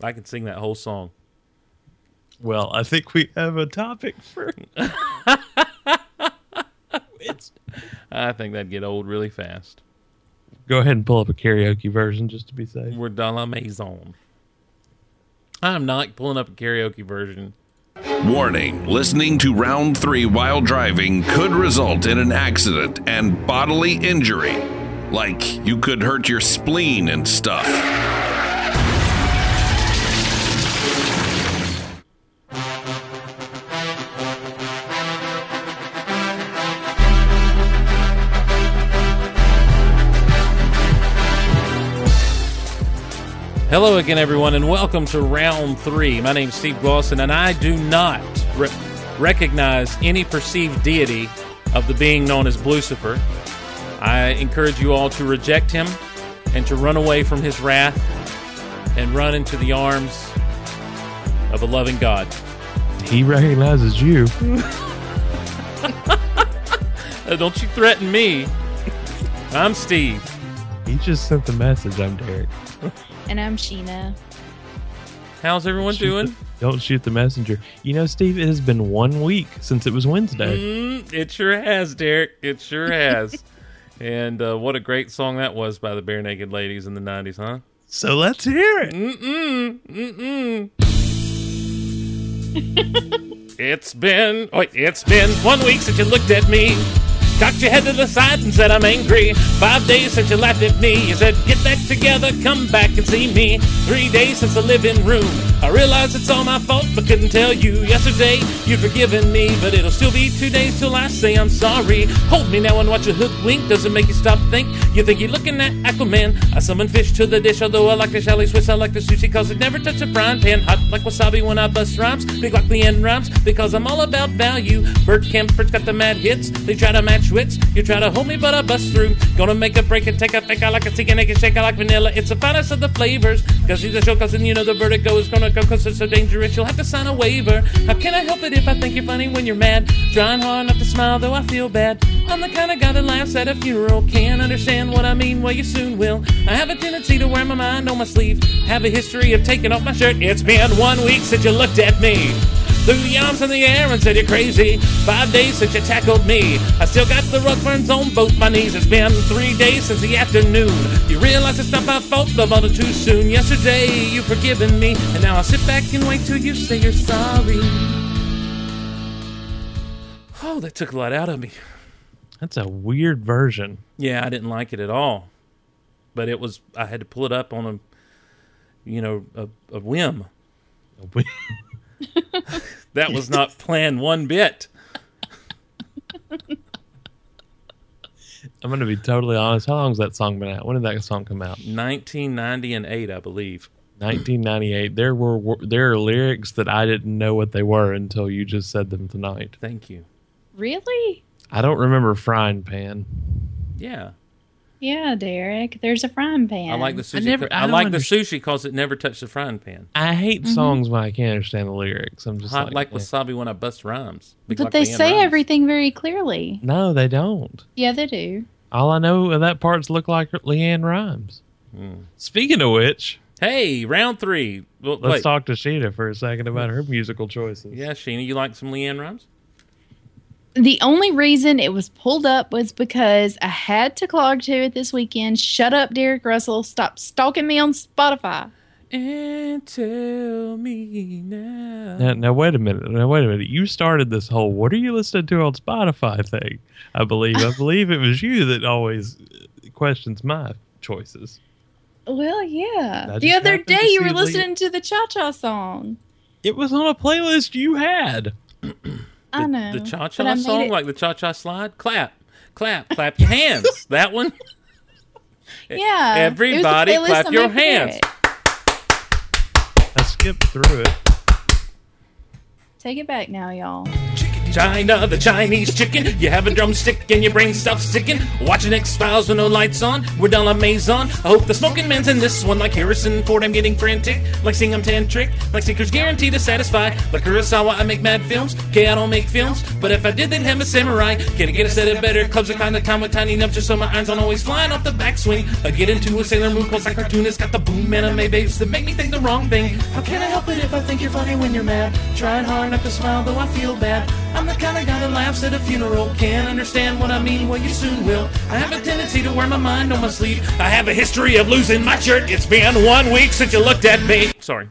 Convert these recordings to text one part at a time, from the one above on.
I can sing that whole song. Well, I think we have a topic for. it's, I think that'd get old really fast. go ahead and pull up a karaoke version just to be safe. We're dans la maison. I'm not pulling up a karaoke version. Warning listening to round three while driving could result in an accident and bodily injury. Like you could hurt your spleen and stuff. Hello again, everyone, and welcome to round three. My name's Steve Glosson, and I do not re- recognize any perceived deity of the being known as Lucifer. I encourage you all to reject him and to run away from his wrath and run into the arms of a loving God. He recognizes you. Uh, don't you threaten me. I'm Steve. He just sent the message. I'm Derek. And I'm Sheena. How's everyone Shoot doing? the- don't shoot the messenger. You know, Steve, it has been one week since it was Wednesday. Mm, it sure has, Derek. It sure has. and uh, what a great song that was by the Bare Naked Ladies in the '90s, huh? So let's hear it. Mm-mm, mm-mm. it's been, oh, it's been one week since you looked at me. Cocked your head to the side and said I'm angry. Five days since you laughed at me. You said get back together, come back and see me. Three days since the living room. I realize it's all my fault, but couldn't tell you. Yesterday you'd forgiven me, but it'll still be two days till I say I'm sorry. Hold me now and watch a hoodwink. Doesn't make you stop think. You think you're looking at Aquaman. I summon fish to the dish, although I like the shelly Swiss. I like the sushi cause it never touched a frying pan. Hot like wasabi when I bust rhymes. Big like the end rhymes because I'm all about value. Bert Kempert's got the mad hits. They try to match wits. You try to hold me, but I bust through. Gonna make a break and take a fake. I like a seek and I can shake. I like vanilla. It's the finest of the flavors. Cause he's a show cause and you know the vertigo is gonna go cause it's so dangerous. You'll have to sign a waiver. How can I help it if I think you're funny when you're mad? Trying hard not to smile though I feel bad. I'm the kind of guy that laughs at a funeral. Can't understand what I mean. Well, you soon will. I have a tendency to wear my mind on my sleeve. Have a history of taking off my shirt. It's been one week since you looked at me. Threw the arms in the air and said you're crazy. Five days since you tackled me. I still got the rug burns on both my knees. It's been three days since the afternoon. You realize it's not my fault, but mother too soon. Yesterday you forgiven me, and now I'll sit back and wait till you say you're sorry. Oh, that took a lot out of me. That's a weird version. Yeah, I didn't like it at all. But it was I had to pull it up on a you know, a, a whim. That was not planned one bit. I'm going to be totally honest. How long's that song been out? When did that song come out? 1990 and 8, I believe. 1998. There were wor- there are lyrics that I didn't know what they were until you just said them tonight. Thank you. Really? I don't remember frying pan. Yeah, Yeah, Derek. There's a frying pan. I like the sushi. I, never- I don't like understand. the sushi because it never touched the frying pan. I hate songs when I can't understand the lyrics. I'm just Hot like, eh. wasabi when I bust rhymes. Big But like they the end say rhymes. everything very clearly. No, they don't. Yeah, they do. All I know of that part's look like Leanne Rhymes. Hmm. Speaking of which, Hey, round three. Well, let's wait. talk to Sheena for a second about her musical choices. Yeah, Sheena, you like some Leanne rhymes? The only reason it was pulled up was because I had to clog to it this weekend. Shut up, Derek Russell. Stop stalking me on Spotify. And tell me now. Now, now wait a minute. Now wait a minute. You started this whole "What are you listening to on Spotify?" thing. I believe. I believe it was you that always uh, questions my choices. Well, yeah. I The just other happened to day you see were Lee- listening to the Cha Cha song. It was on a playlist you had. I know. The cha but I cha made song, it- like the cha cha slide? Clap, clap, clap your hands. That one? yeah. it was a everybody playlist clap I your made for hands. Derek. I skipped through it. Take it back now, y'all. Chickadee China, the Chinese chicken. You have a drumstick and your brain stuff sticking. Watching X Files with no lights on. We're down on Maison. I hope the smoking man's in this one. Like Harrison Ford, I'm getting frantic. Like seeing I'm tantric. Like Seeker's guaranteed to satisfy. Like Kurosawa, I make mad films. Okay, I don't make films. But if I did, then have a samurai. Can I get a set of better clubs? I find the time with tiny numbs just so my irons aren't always flying off the backswing. I get into a Sailor Moon close like cartoonist. Got the boom anime babes that make me think the wrong thing. How can I help it if I think you're funny when you're mad? Trying hard not to smile though I feel bad. I'm the kind of guy that laughs at a funeral. Can't understand what I mean, well, you soon will. I have a tendency to wear my mind on my sleeve. I have a history of losing my shirt. It's been one week since you looked at me. Sorry.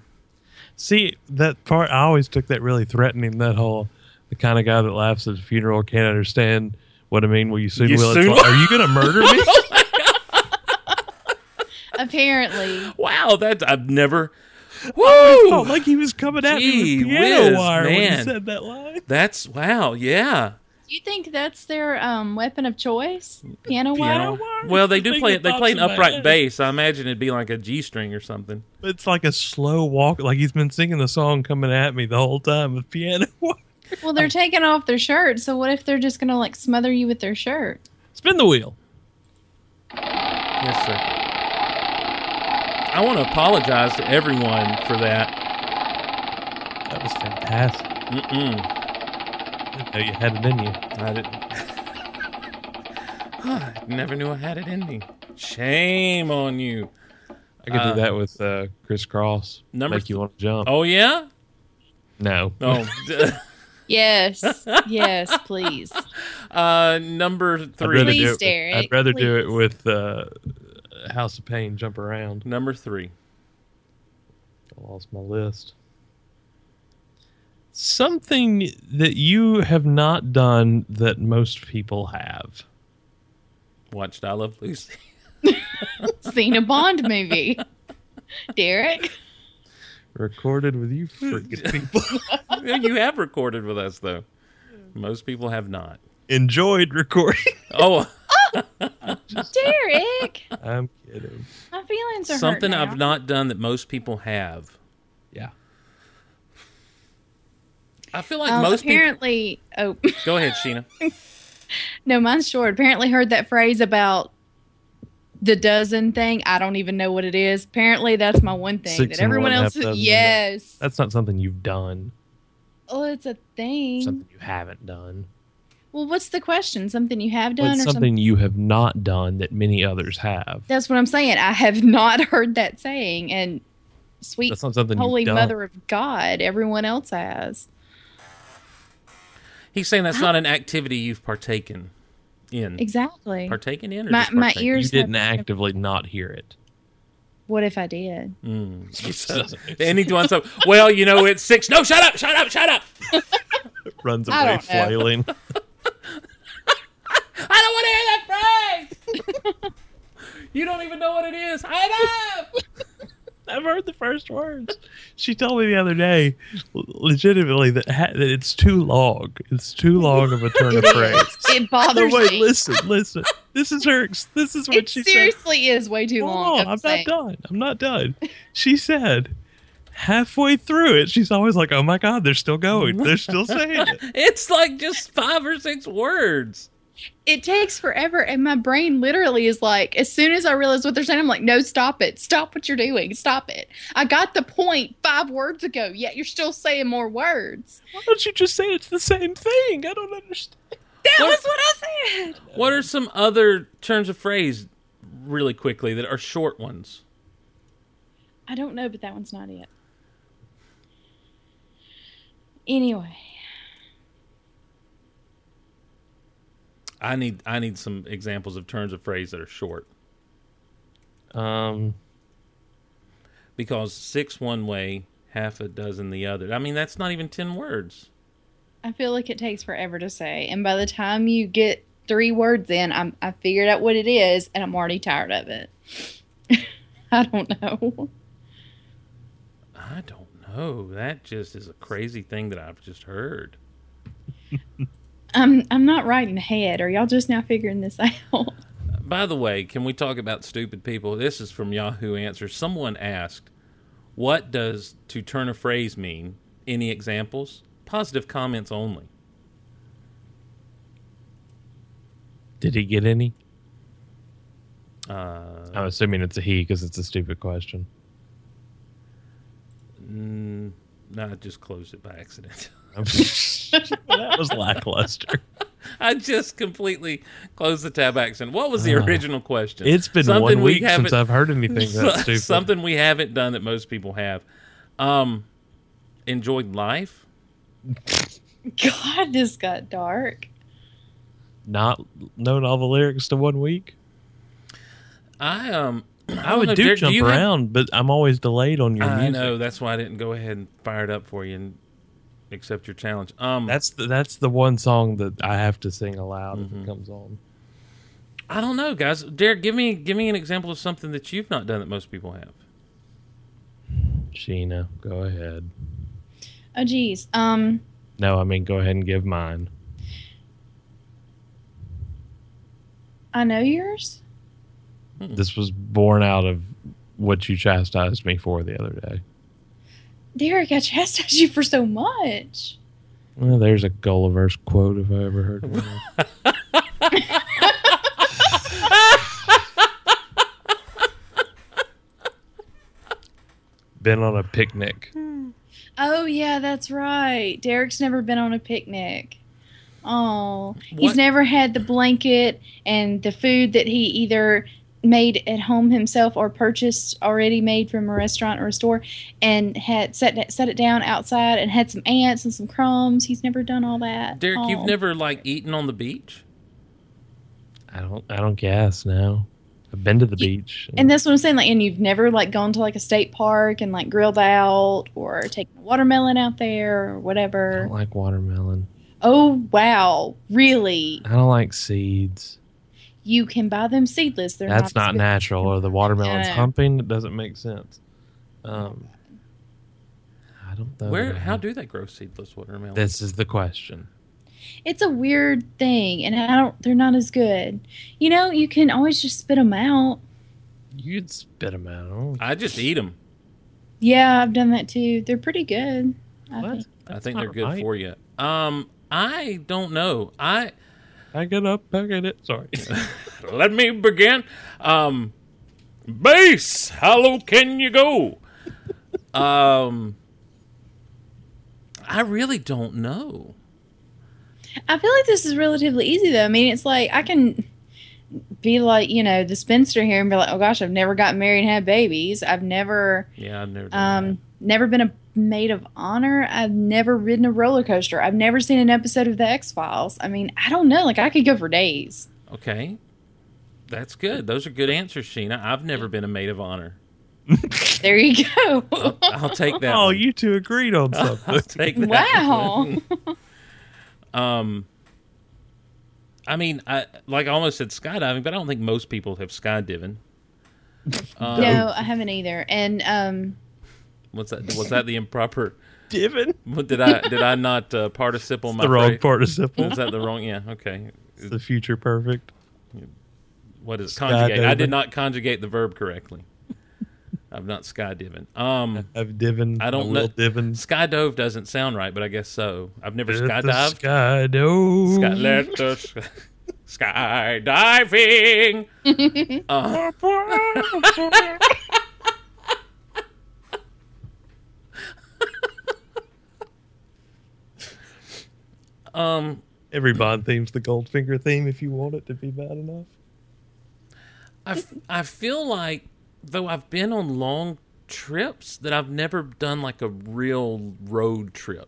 See that part? I always took that really threatening. That whole the kind of guy that laughs at a funeral can't understand what I mean. Will you soon You will? soon it's like, are you going to murder me? Apparently, Wow, that I've never. Woo! Felt like he was coming at me Gee with piano whiz, wire when he man. said that line. That's wow. Yeah. you think that's their um, weapon of choice? Piano wire. wire? Well, they It's the do thing play that it. They pops play an in my upright head. bass. I imagine it'd be like a G string or something. It's like a slow walk. Like he's been singing the song coming at me the whole time with piano. wire. Well, they're taking off their shirt, so what if they're just gonna like smother you with their shirt? Spin the wheel. Yes, sir. I want to apologize to everyone for that. That was fantastic. Mm-mm. I didn't know you had it I didn't. in you. Huh, Never knew I had it in me. Shame on you. I could Uh, do that with uh, Chris Cross. number Make you want to jump. Oh yeah. no. Oh. d- Yes, yes, please. uh, number I'd rather three. Please, do it with- Derek, I'd rather do it please. with uh, House of Pain, Jump Around. Number three. I lost my list. Something that you have not done that most people have. Watched I Love Lucy. Seen a Bond movie, Derek. Recorded with you freaking people. you have recorded with us though. Most people have not. Enjoyed recording. Oh. Derek, I'm kidding. my feelings are hurt something now. I've not done that most people have. Yeah. I feel like Um, most people. apparently, oh Go ahead, Sheena. no, mine's short. Apparently, heard that phrase about the dozen thing. I don't even know what it is. Apparently, that's my one thing Six that and one everyone half else. dozen, isn't it? Yes. That's not something you've done. Oh, it's a thing. Something you haven't done. Well, what's the question? Something you have But done or something, something? you have not done that many others have. That's what I'm saying. I have not heard that saying. And sweet That's not something holy you've done. mother of God, everyone else has. Mm. He's saying that's not an activity you've partaken in. Exactly. Partaken in? Or My- just my partaken? you ears- Here's didn't my- actively not hear it. What if I did? Mm. So- Anyone so well, you know it's six. No, shut up, shut up, shut up. Runs I away don't know. flailing. I don't want to hear that phrase. you don't even know what it is. I know. I've heard the first words. She told me the other day, l- legitimately, that, ha- that it's too long. It's too long of a turn of phrase. It bothers wait, me. listen, listen. This is her. ex- This is what It she said. seriously is way too Hold long. on, I'm saying. not done. I'm not done. She said, halfway through it, she's always like, "Oh my God, they're still going. They're still saying it." It's like just five or six words. It takes forever, and my brain literally is like, as soon as I realize what they're saying, I'm like, no, stop it. Stop what you're doing. Stop it. I got the point five words ago, yet you're still saying more words. Why don't you just say it's the same thing? I don't understand. That What- was what I said. What are some other turns of phrase, really quickly, that are short ones? I don't know, but that one's not it. Anyway, I need I need some examples of turns of phrase that are short Um, because six one way, half a dozen the other. I mean, that's not even ten words. I feel like it takes forever to say, and by the time you get three words in, I'm I figured out what it is, and I'm already tired of it. I don't know. I don't know. That just is a crazy thing that I've just heard. I'm I'm not writing ahead. Are y'all just now figuring this out? By the way, can we talk about stupid people? This is from Yahoo Answers. Someone asked, "What does to turn a phrase mean?" Any examples? Positive comments only. Did he get any? Uh, I'm assuming it's a he because it's a stupid question. mm, no, I just closed it by accident. that was lackluster. I just completely closed the tab by accident. What was the Oh. original question? It's been Something one we week since haven't- I've heard anything that stupid. Something we haven't done that most people have. Um, enjoyed life. God, this got dark. Not know all the lyrics to one week. I um, I, I would do jump around, but I'm always delayed on your I music. know that's why I didn't go ahead and fire it up for you and accept your challenge. Um, That's the, that's the one song that I have to sing aloud if Mhm. it comes on. I don't know, guys. Derek, give me give me an example of something that you've not done that most people have. Sheena, go ahead. Oh, geez. Um, No, I mean go ahead and give mine. I know yours. Hmm. This was born out of what you chastised me for the other day. Derek, I chastised you for so much. Well, there's a Gulliver's quote if I ever heard one. Been on a picnic. Oh, yeah, that's right. Derek's never been on a picnic. Oh, What- he's never had the blanket and the food that he either made at home himself or purchased already made from a restaurant or a store and had set set it down outside and had some ants and some crumbs. He's never done all that. Derek, you've Oh. never like eaten on the beach. I don't I don't guess now. I've been to the You- beach. And that's what I'm saying. Like, and you've never like gone to like a state park and like grilled out or taken a watermelon out there or I whatever. don't like watermelon. Oh wow, really? I don't like seeds. You can buy them seedless. They're That's not, not natural. Or the watermelon's Yeah. humping. It doesn't make sense. Um, I don't know. Where? man. How do they grow seedless watermelon? this is the question. It's a weird thing, and I don't. They're not as good. You know, you can always just spit them out. You'd spit them out. I don't- I just eat them. Yeah, I've done that too. They're pretty good. I What? think. I That's think not they're good right. for you. Um, I don't know. I I get up. I get it. Sorry. let me begin. Um, bass. How low can you go? um, I really don't know. I feel like this is relatively easy though. I mean, it's like I can be like you know the spinster here and be like, oh gosh, I've never gotten married and had babies. I've never. Yeah, I've never. Done Um, never been a maid of honor. I've never ridden a roller coaster. I've never seen an episode of The X Files. I mean, I don't know. Like, I could go for days. that. Okay, that's good. Those are good answers, Sheena. I've never been a maid of honor. There you go. I'll, I'll take that. oh, one. you two agreed on something. I'll take that. wow. Um, I mean, I like I almost said skydiving, but I don't think most people have skydiving. Um, No, I haven't either. And um, What's that? Was that the improper? Divin. What did I did I not uh, participle my The wrong phrase? participle. Is that the wrong? Yeah. Okay. It's the future perfect. What is conjugate? I Skydiving. did not conjugate the verb correctly. I'm not skydiving. Um, I've divin. I don't will know- Divin. skydove doesn't sound right, but I guess so. I've never Let the skydived. Sky dove. Sky, let the sky, skydiving. Uh, um, Every Bond theme's the Goldfinger theme. If you want it to be bad enough. I, f- I feel like though I've been on long trips that I've never done like a real road trip.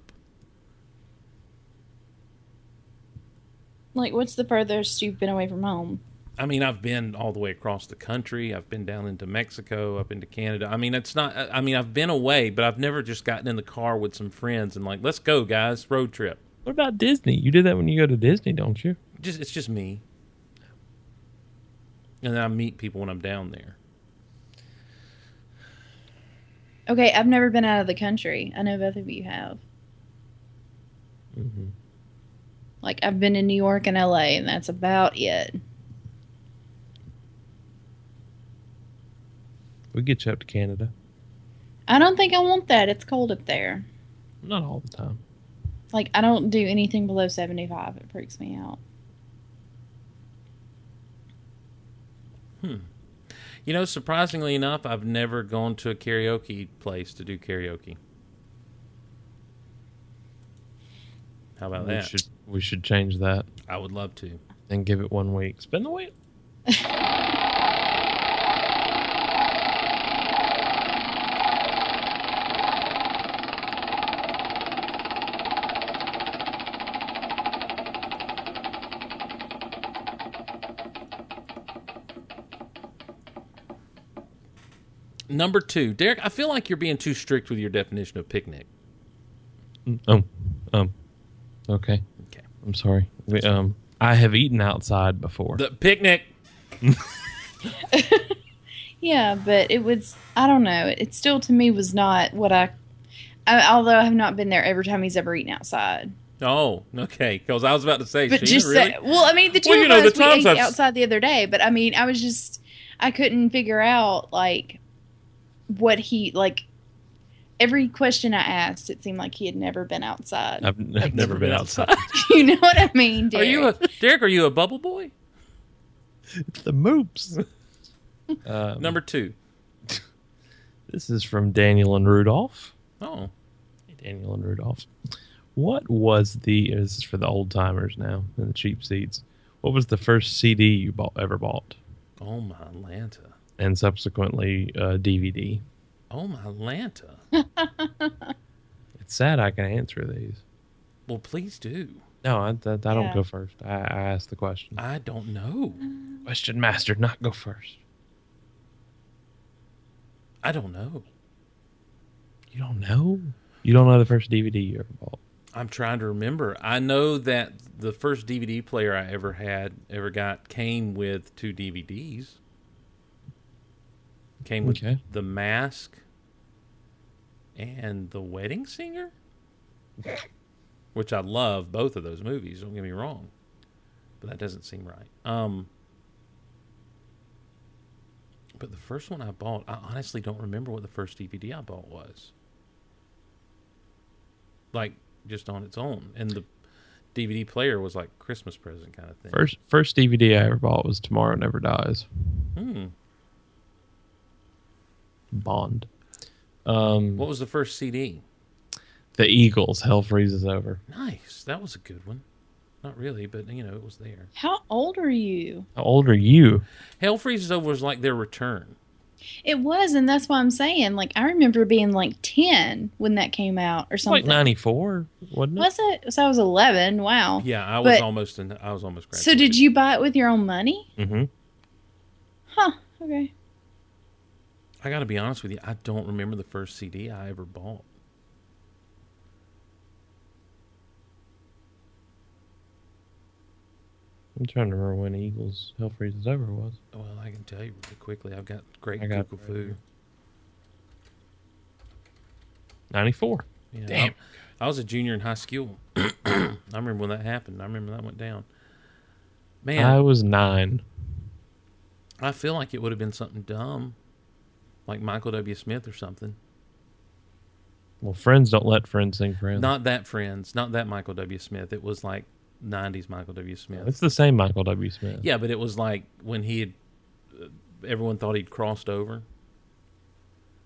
like, what's the furthest you've been away from home? I mean, I've been all the way across the country. I've been down into Mexico, up into Canada. I mean, it's not. I I mean, I've been away, but I've never just gotten in the car with some friends and like, let's go, guys, road trip. What about Disney? You do that when you go to Disney, don't you? Just it's just me, and then I meet people when I'm down there. Okay, I've never been out of the country. I know both of you have. Mm-hmm. Like, I've been in New York and LA, and that's about it. We get you up to Canada. I don't think I want that. It's cold up there. Not all the time. Like, I don't do anything below 75. It freaks me out. You know, surprisingly enough, I've never gone to a karaoke place to do karaoke. How about We that? should we should change that I would love to. and give it one week. Spin the wheel. Number two, Derek, I feel like you're being too strict with your definition of picnic. Um, um, okay. Okay. I'm sorry. We, um, I have eaten outside before. The picnic. Yeah, but it was I don't know. It still to me was not what I, I although I have not been there every time he's ever eaten outside. Oh, okay. Because I was about to say, But Sheena, just really? that, well, I mean the two Well, you of know, the us we times ate I've- outside the other day, but I mean I was just I couldn't figure out like what he like every question I asked it seemed like he had never been outside. I've, I've, never been outside. you know what I mean, Are Derek? you a Derek? Are you a bubble boy? the moops. Um, Number two. This is from Daniel and Rudolph. Oh, Hey, Daniel and Rudolph. What was the? This is for the old timers now and the cheap seats. What was the first CD you bought ever bought, oh my Lanta. and subsequently uh, DVD? Oh my Lanta. It's sad I can answer these. Well, please do. No, I, I, I don't Yeah. go first. I, I ask the question. I don't know. Question master, not go first. I don't know. You don't know? You don't know the first DVD you ever bought. I'm trying to remember. I know that the first DVD player I ever had, ever got, came with two DVDs. Came with Okay. The Mask and The Wedding Singer, which I love both of those movies. Don't get me wrong, but that doesn't seem right. Um, but the first one I bought, I honestly don't remember what the first DVD I bought was. Like just on its own, and the DVD player was like Christmas present kind of thing. First first DVD I ever bought was Tomorrow Never Dies. Hmm. Bond. Um, What was the first CD? the Eagles, Hell Freezes Over. Nice. That was a good one. Not really, but you know, it was there. How old are you? How old are you? Hell Freezes Over was like their return. It was, and that's why I'm saying like I remember being like ten when that came out or It's like something. 94, wasn't it? was it? So I was eleven. Wow. Yeah, I was But- almost in I was almost So did you buy it with your own money? Mm-hmm. Huh. Okay. I got to be honest with you, I don't remember the first CD I ever bought. I'm trying to remember when Eagles, Hell Freezes Over was. Well, I can tell you really quickly. I've got great I got Google it right food. 94. Yeah, Damn. I, I was a junior in high school. I remember when that happened. I remember that went down. Man, I was nine. I feel like it would have been something dumb, like Michael W. Smith or something. Well, friends don't let friends sing friends. Not that Friends, not that Michael W. Smith. It was like '90s Michael W. Smith. it's the same Michael W. Smith. Yeah, but it was like when he had. Uh, everyone thought he'd crossed over.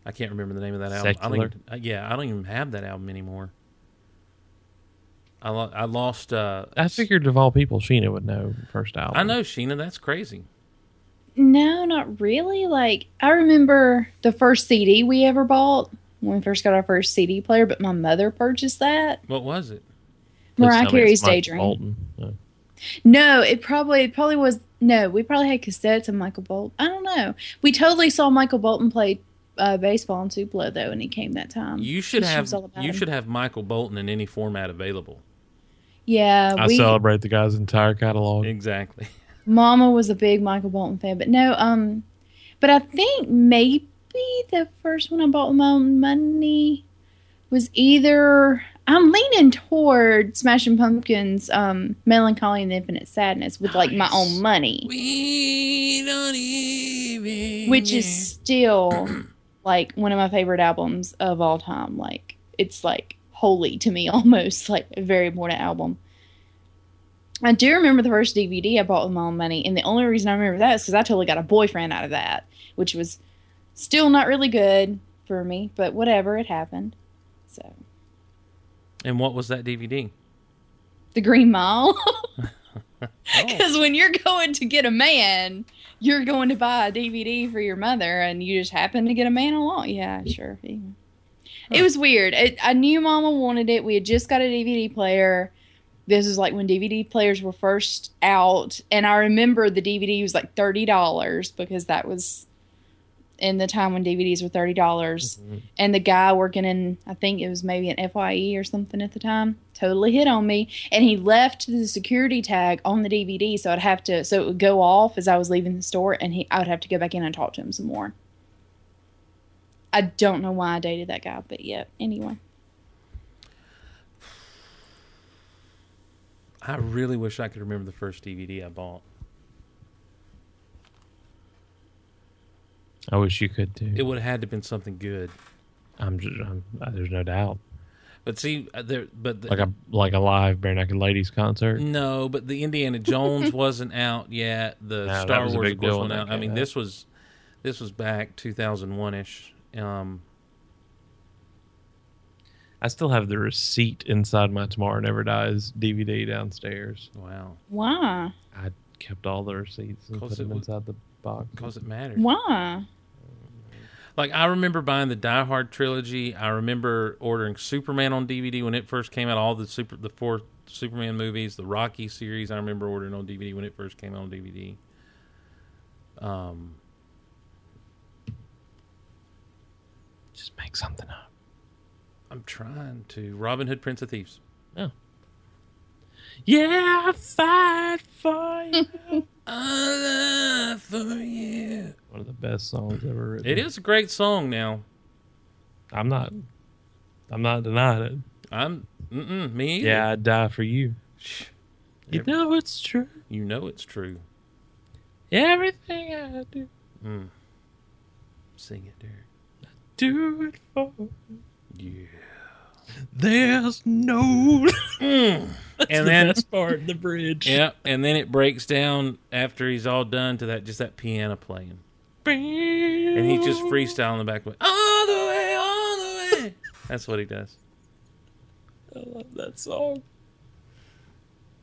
I can't remember the name of that album. I don't Secular? even, uh, yeah, I don't even have that album anymore. I lo- I lost. Uh, I figured of all people, Sheena would know first album. I know Sheena. That's crazy. No, not really. Like I remember the first CD we ever bought when we first got our first CD player, but my mother purchased that. What was it? Please tell Mariah me it's Carey's Michael Daydream. Bolton. No. No, it probably it probably was no. We probably had cassettes of Michael Bolton. I don't know. We totally saw Michael Bolton play uh, baseball in Tupelo though, and he came that time. You should She have was all about you him. should have Michael Bolton in any format available. Yeah, I we, celebrate the guy's entire catalog. Exactly. Mama was a big Michael Bolton fan, but no, um, but I think maybe the first one I bought with my own money was either I'm leaning toward Smashing Pumpkins, um, Melancholy and Infinite Sadness with like my own money, We don't even. which is still like one of my favorite albums of all time. Like it's like holy to me almost, like a very important album. I do remember the first DVD I bought with my own money, and the only reason I remember that is because I totally got a boyfriend out of that, which was still not really good for me, but whatever, it happened. So, And what was that DVD? The Green Mile. Because when you're going to get a man, you're going to buy a DVD for your mother, and you just happen to get a man along. Yeah, sure. Yeah. It was weird. It, I knew Mama wanted it. We had just got a DVD player. This is like when DVD players were first out, and I remember the DVD was like thirty dollars because that was in the time when DVDs were thirty dollars. And the guy working in, I think it was maybe an FYE or something at the time, totally hit on me, and he left the security tag on the DVD, so I'd have to, so it would go off as I was leaving the store, and he, I would have to go back in and talk to him some more. I don't know why I dated that guy, but yeah. Anyway, I really wish I could remember the first DVD I bought. I wish you could too. It would have had to been something good. I'm just, I'm, uh, there's no doubt. But see, uh, there, but the, Like a like a live bare naked ladies concert. no, but the Indiana Jones wasn't out yet. The that Star was a Wars big of course deal went when out. that I came mean, out. this was this was back 2001 ish. Um, I still have the receipt inside my Tomorrow Never Dies DVD downstairs. wow, why? I kept all the receipts and 'Cause put it them was- inside the box. because it mattered. Why? Like I remember buying the Die Hard trilogy. I remember ordering Superman on DVD when it first came out. All the super the four Superman movies, the Rocky series. I remember ordering on DVD when it first came out on DVD. Um, Just make something up. I'm trying to Robin Hood, Prince of Thieves. Yeah, I fight for you. I love for you. One of the best songs ever written. It is a great song. Now I'm not. I'm not denying it. I'm mm-mm, me. Either. Yeah, I'd die for you. You Every- know it's true. you know it's true. Everything I do, Mm. Sing it, Derek. do it for. Yeah. There's no. and the then best part, the bridge. Yep, and then it breaks down after he's all done to that just that piano playing, and And he's just freestyling the back way, all the way, all the way. That's what he does. I love that song.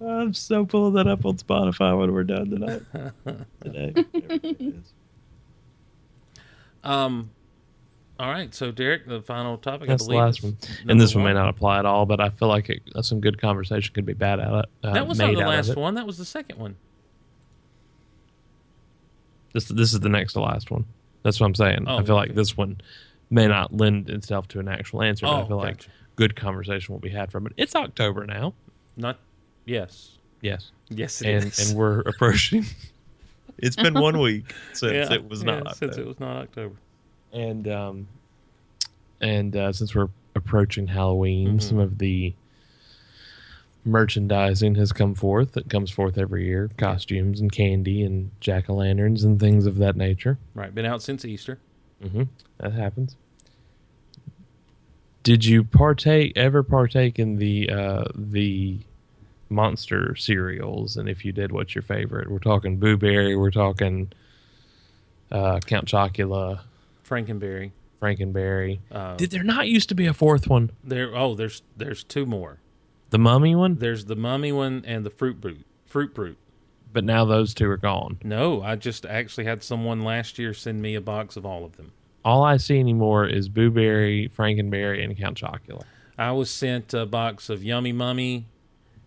I'm so pulling that up on Spotify when we're done tonight. Today. whatever it is. Um, all right, so Derek, the final topic. That's I the believe last is one. And number this one may not apply at all, but I feel like it, some good conversation could be bad out. Uh, That was made not the out of last it. one. That was the second one. This this is the next to last one. That's what I'm saying. Oh, I feel okay. like this one may not lend itself to an actual answer. but Oh, I feel gotcha. like good conversation will be had from it. It's October now. Not yes, Yes. yes, it and is. and we're approaching. it's been one week since Yeah, it was yeah, not, since though. it was not October. and um, and uh, since we're approaching Halloween, some of the merchandising has come forth that comes forth every year: costumes and candy and jack o' lanterns and things of that nature. Right, been out since Easter. Mm-hmm. That happens. Did you partake ever partake in the uh, the monster cereals? And if you did, what's your favorite? We're talking Boo Berry. We're talking uh, Count Chocula, Frankenberry. Frankenberry. Uh, Did there not used to be a fourth one? there? Oh, there's there's two more. The Mummy one, There's the mummy one and the fruit brute. Fruit brute. but now those two are gone. No, I just actually had someone last year send me a box of all of them. All I see anymore is Boo Berry, Frankenberry, and Count Chocula. I was sent a box of Yummy Mummy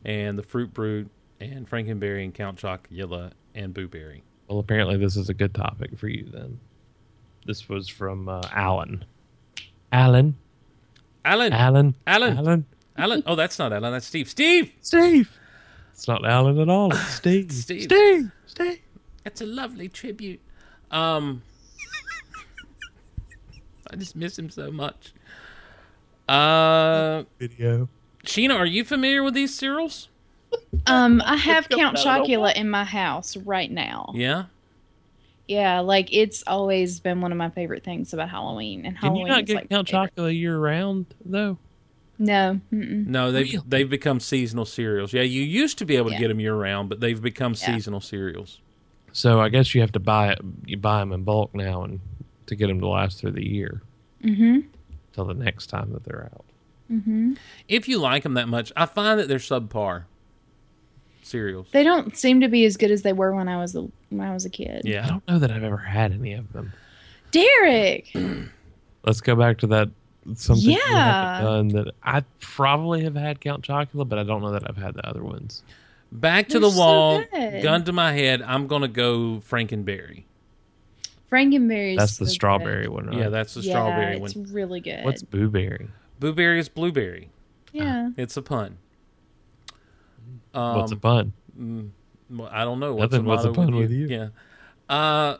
and the Fruit Brute and Frankenberry and Count Chocula and Boo Berry. Well, apparently this is a good topic for you then. This was from uh, Alan. Alan. Alan, Alan, Alan. Alan. Alan. Oh, that's not Alan. That's Steve. Steve, Steve. It's not Alan at all. It's Steve. Steve. Steve. Steve. that's a lovely tribute. Um, I just miss him so much. Uh, Video. Sheena, are you familiar with these cereals? Um, I have Count Chocula in my house right now. Yeah. Yeah, like it's always been one of my favorite things about Halloween. And Can Halloween you not is get like my Count favorite. Chocula year round though? No. Mm-mm. No, they've Really? they've become seasonal cereals. Yeah, you used to be able to Yeah. get them year round, but they've become Yeah. seasonal cereals. So I guess you have to buy it. You buy them in bulk now, and to get them to last through the year Mm-hmm. till the next time that they're out. Mm-hmm. If you like them that much, I find that they're subpar cereals. They don't seem to be as good as they were when I was a, when I was a kid. I Yeah, don't know that I've ever had any of them. Derek. Let's go back to that something you Yeah. haven't done that I probably have had Count Chocula, but I don't know that I've had the other ones. back to the They're so wall, good. gun to my head. I'm gonna go Frankenberry. Frankenberries. That's the strawberry one, right? Yeah, that's the yeah, strawberry It's one. really good. What's blueberry? Blueberry is blueberry. yeah. It's a pun. Um, What's a pun? Well, I don't know. Nothing was the a matter pun with Yeah. Uh,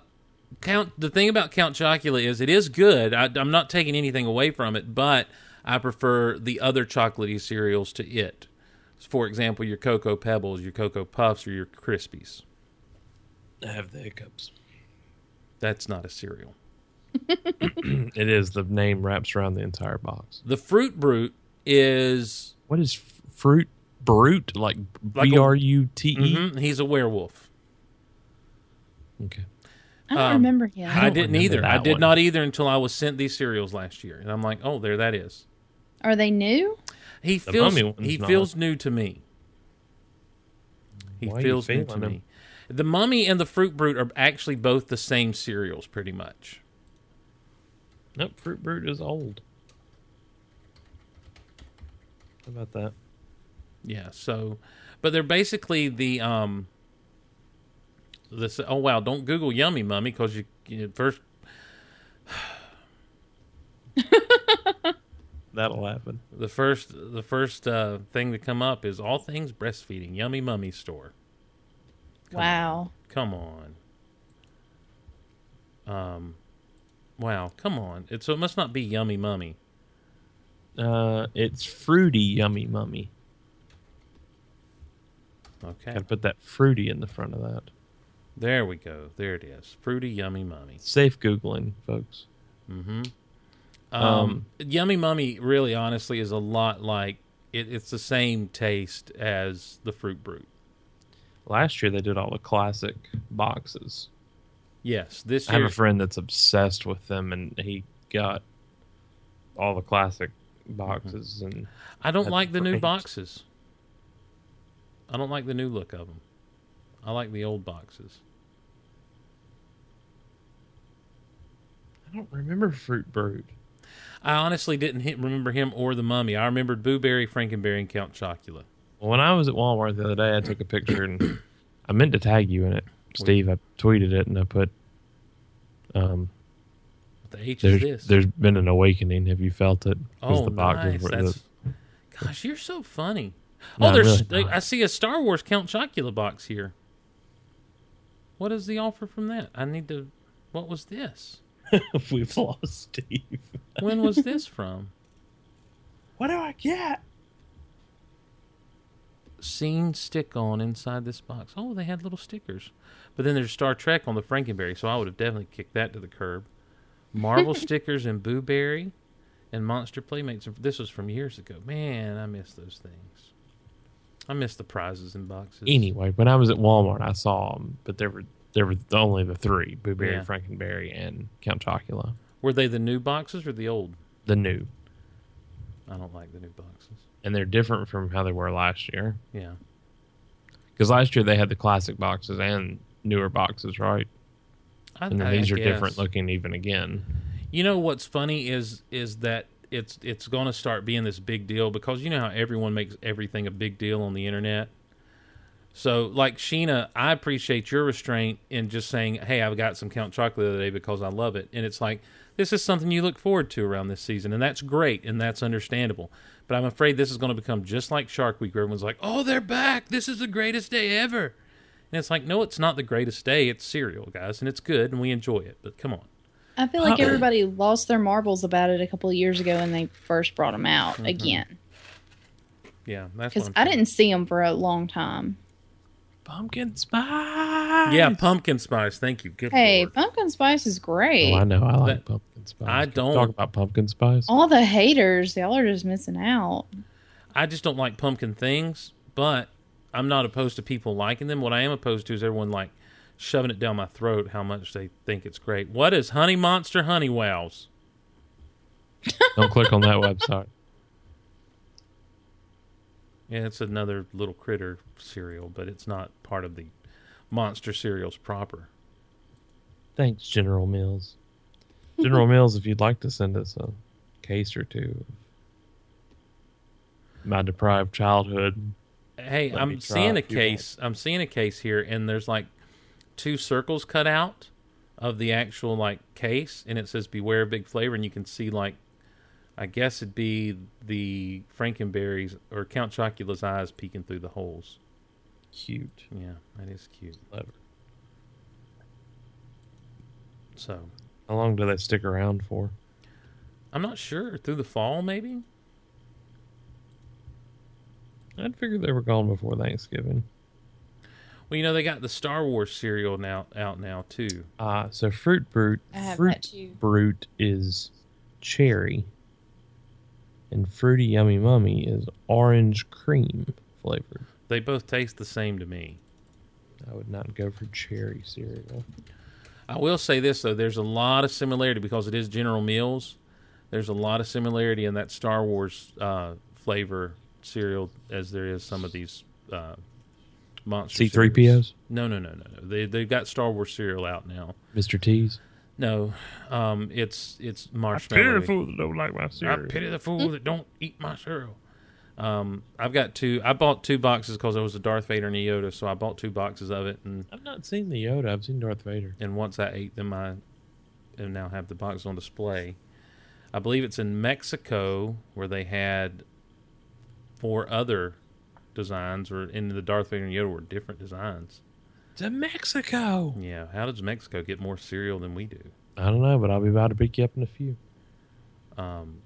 Count. The thing about Count Chocula is it is good. I, I'm not taking anything away from it, but I prefer the other chocolatey cereals to it. For example, your Cocoa Pebbles, your Cocoa Puffs, or your Krispies. I have the hiccups. That's not a cereal. It is the name wraps around the entire box. The Fruit Brute is. What is f- fruit brute like Like a- B R U T E? mhm, he's a werewolf. Okay. I don't Um, remember him. I, don't didn't remember either. I that did one. not either until I was sent these cereals last year, and I'm like, oh, there that is. Are they new? He The feels mummy one's he not. feels new to me. He Why are you feels new to feeling him? me. The mummy and the fruit brute are actually both the same cereals, pretty much. Nope, fruit brute is old. How about that? Yeah. So, but they're basically the um. This oh wow! Don't Google yummy mummy because you, you first That'll happen. the first the first uh, thing to come up is all things breastfeeding yummy mummy store. wow. Come on. Um, wow! Come on! It, so it must not be yummy mummy. Uh, it's fruity, yummy, mummy. Okay. Gotta put that fruity in the front of that. There we go. There it is. Fruity Yummy Mummy. Safe googling, folks. Um, Yummy Mummy really honestly is a lot like it, it's the same taste as the Fruit Brute. Last year they did all the classic boxes. Yes, this I have year a friend that's obsessed with them, and he got all the classic boxes. And I don't had like the new great. boxes. I don't like the new look of them. I like the old boxes. I don't remember Fruit Brute. I honestly didn't hit, remember him or the Mummy. I remembered Boo Berry, Frankenberry, and Count Chocula. When I was at Walmart the other day, I took a picture and I meant to tag you in it, Steve. I tweeted it and I put, um, What the H is "There's this? there's been an awakening. Have you felt it?" 'Cause Oh, the boxes nice. were- That's, gosh, you're so funny. No, oh, there's. really not. I see a Star Wars Count Chocula box here. What is the offer from that? I need to. What was this? we've lost Steve. When was this from? What do I get? Scene stick on inside this box. Oh, they had little stickers. But then there's Star Trek on the Frankenberry, so I would have definitely kicked that to the curb. Marvel stickers and Boo Berry and Monster Playmates. This was from years ago. Man, I miss those things. I miss the prizes and boxes. Anyway, when I was at Walmart, I saw them, but there were there were only the three: Boo Berry, Yeah. Frankenberry, and Count Chocula. Were they the new boxes or the old? The new, I don't like the new boxes. and they're different from how they were last year. Yeah. Because last year they had the classic boxes and newer boxes, right? I, And then I these are guess. different looking even again. You know what's funny is is that it's it's going to start being this big deal because you know how everyone makes everything a big deal on the internet. So, like Sheena, I appreciate your restraint in just saying, "Hey, I've got some Count Chocolate the other day because I love it," and it's like this is something you look forward to around this season, and that's great and that's understandable. But I'm afraid this is going to become just like Shark Week. where Everyone's like, "Oh, they're back! This is the greatest day ever," and it's like, no, it's not the greatest day. It's cereal, guys, and it's good, and we enjoy it. But come on. I feel like everybody lost their marbles about it a couple of years ago when they first brought them out again. Yeah, that's Mm-hmm. what Because I'm I saying. didn't see them for a long time. Pumpkin spice. Yeah, pumpkin spice. Thank you. Good Hey, lord. pumpkin spice is great. Oh, I know. I like That- pumpkin spice. I Can we don't- Oh. talk about pumpkin spice. All the haters, y'all are just missing out. I just don't like pumpkin things, but I'm not opposed to people liking them. What I am opposed to is everyone like shoving it down my throat how much they think it's great. What is Honey Monster Honey Whales? Don't click on that website. Yeah, it's another little critter cereal, but it's not part of the monster cereals proper. Thanks, General Mills. General Mills, if you'd like to send us a case or two of my deprived childhood. Hey, Let me I'm try seeing a if you case. I'm seeing a case here, and there's like two circles cut out of the actual like case, and it says "Beware of big flavor," and you can see like, I guess it'd be the Frankenberries or Count Chocula's eyes peeking through the holes. Cute. Yeah, that is cute. Clever. So How long do they stick around for? I'm not sure. Through the fall, maybe. I'd figure they were gone before Thanksgiving. Well, you know they got the Star Wars cereal now out now too. Uh, so Fruit Brute. I have Fruit that too. Brute is cherry. And Fruity Yummy Mummy is orange cream flavored. They both taste the same to me. I would not go for cherry cereal. I will say this though, there's a lot of similarity because it is General Mills. There's a lot of similarity in that Star Wars uh, flavor cereal as there is some of these uh, monster. cereals. C3POs? No, no, no, no, no. They they've got Star Wars cereal out now. Mr. T's? No, um, it's it's marshmallow. that don't like my I pity the fool that don't eat my cereal. Um, I've got two. I bought two boxes because I was a Darth Vader and a Yoda, so I bought two boxes of it, and I've not seen the Yoda. I've seen Darth Vader. and once I ate them, I and now have the box on display. I believe it's in Mexico where they had four other designs, or in the Darth Vader and Yoda were different designs. To Mexico. Yeah, how does Mexico get more cereal than we do? I don't know, but I'll be about to pick you up in a few. Um,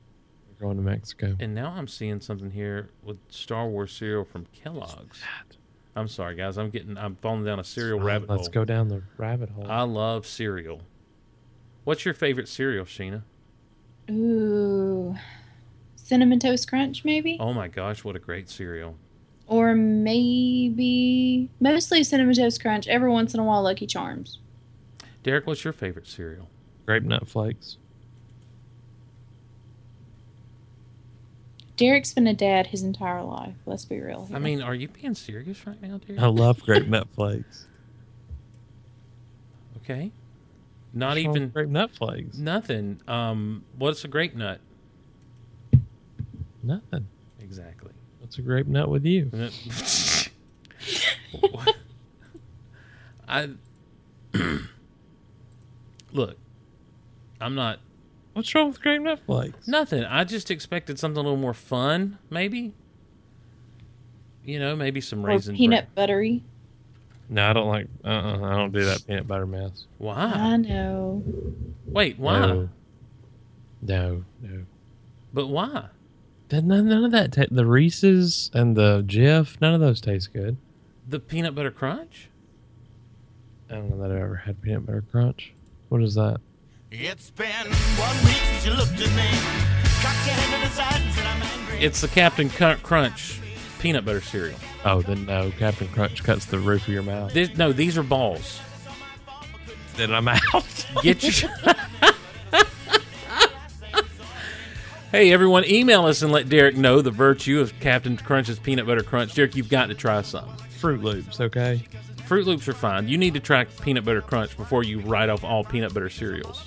We're going to Mexico. and now I'm seeing something here with Star Wars cereal from Kellogg's. I'm sorry, guys. I'm getting. I'm falling down a cereal Fine, rabbit Let's hole. Uh, go down the rabbit hole. I love cereal. What's your favorite cereal, Sheena? Ooh. Cinnamon Toast Crunch, maybe? Oh my gosh, what a great cereal! Or maybe mostly Cinnamon Toast Crunch. Every once in a while, Lucky Charms. Derek, what's your favorite cereal? Grape nut flakes. Derek's been a dad his entire life. Let's be real. here. I mean, are you being serious right now, Derek? I love grape nut flakes. Okay. Not What's wrong with even grape nut flakes. nothing. Um, what's a grape nut? Nothing. Exactly. What's a grape nut with you? I look. I'm not What's wrong with grape nut flakes? nothing. I just expected something a little more fun, maybe. You know, maybe some or raisin peanut buttery. No, I don't like. Uh, uh I don't do that peanut butter mess. bran- Why? I know. Wait, why? No. No. No. But why? Then none, none of that. Ta- the Reese's and the Jif. None of those taste good. The peanut butter crunch? I don't know that I've ever had peanut butter crunch. What is that? It's been one week since you looked at me. Cocked your head to the side and said I'm angry. It's the Captain Cr- Crunch peanut butter cereal. Oh, then no. Captain Crunch cuts the roof of your mouth. This, no, these are balls. Then I'm out. Get your. hey, everyone, email us and let Derek know the virtue of Captain Crunch's peanut butter crunch. Derek, you've got to try some. Fruit Loops, okay? Fruit Loops are fine. You need to try peanut butter crunch before you write off all peanut butter cereals.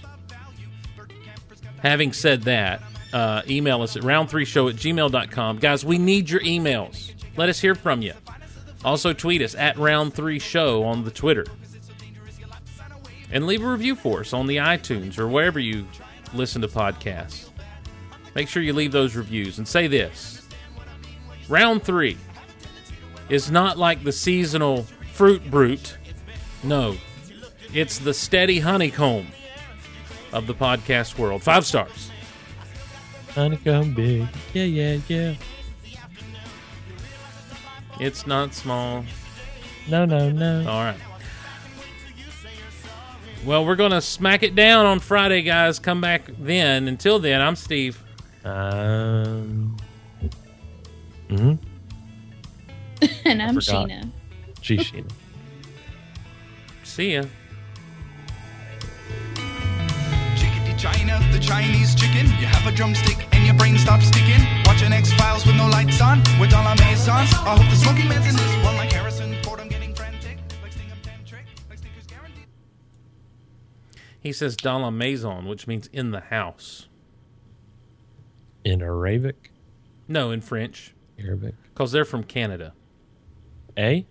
Having said that, uh, email us at round3show at gmail.com. Guys, we need your emails. Let us hear from you. Also, tweet us at round3show on the Twitter. And leave a review for us on the iTunes or wherever you listen to podcasts. Make sure you leave those reviews and say this Round three is not like the seasonal fruit brute. No, it's the steady honeycomb of the podcast world. Five stars. Honeycomb big. Yeah, yeah, yeah. It's not small. No, no, no. All right. Well, we're going to smack it down on Friday, guys. Come back then. Until then, I'm Steve. Um. hmm and I'm forgot. Sheena. Gee, Sheena. See ya. Chickadee China, the Chinese chicken. You have a drumstick and your brain stops sticking. Watching X Files with no lights on, with all our maisons. I hope the smoking man's in this one like Harrison Ford. I'm getting frantic. Like Stingham Tantric, like Stinker's guaranteed. He says dans la maison, which means in the house. In Arabic? No, in French, Arabic. because they're from Canada. A?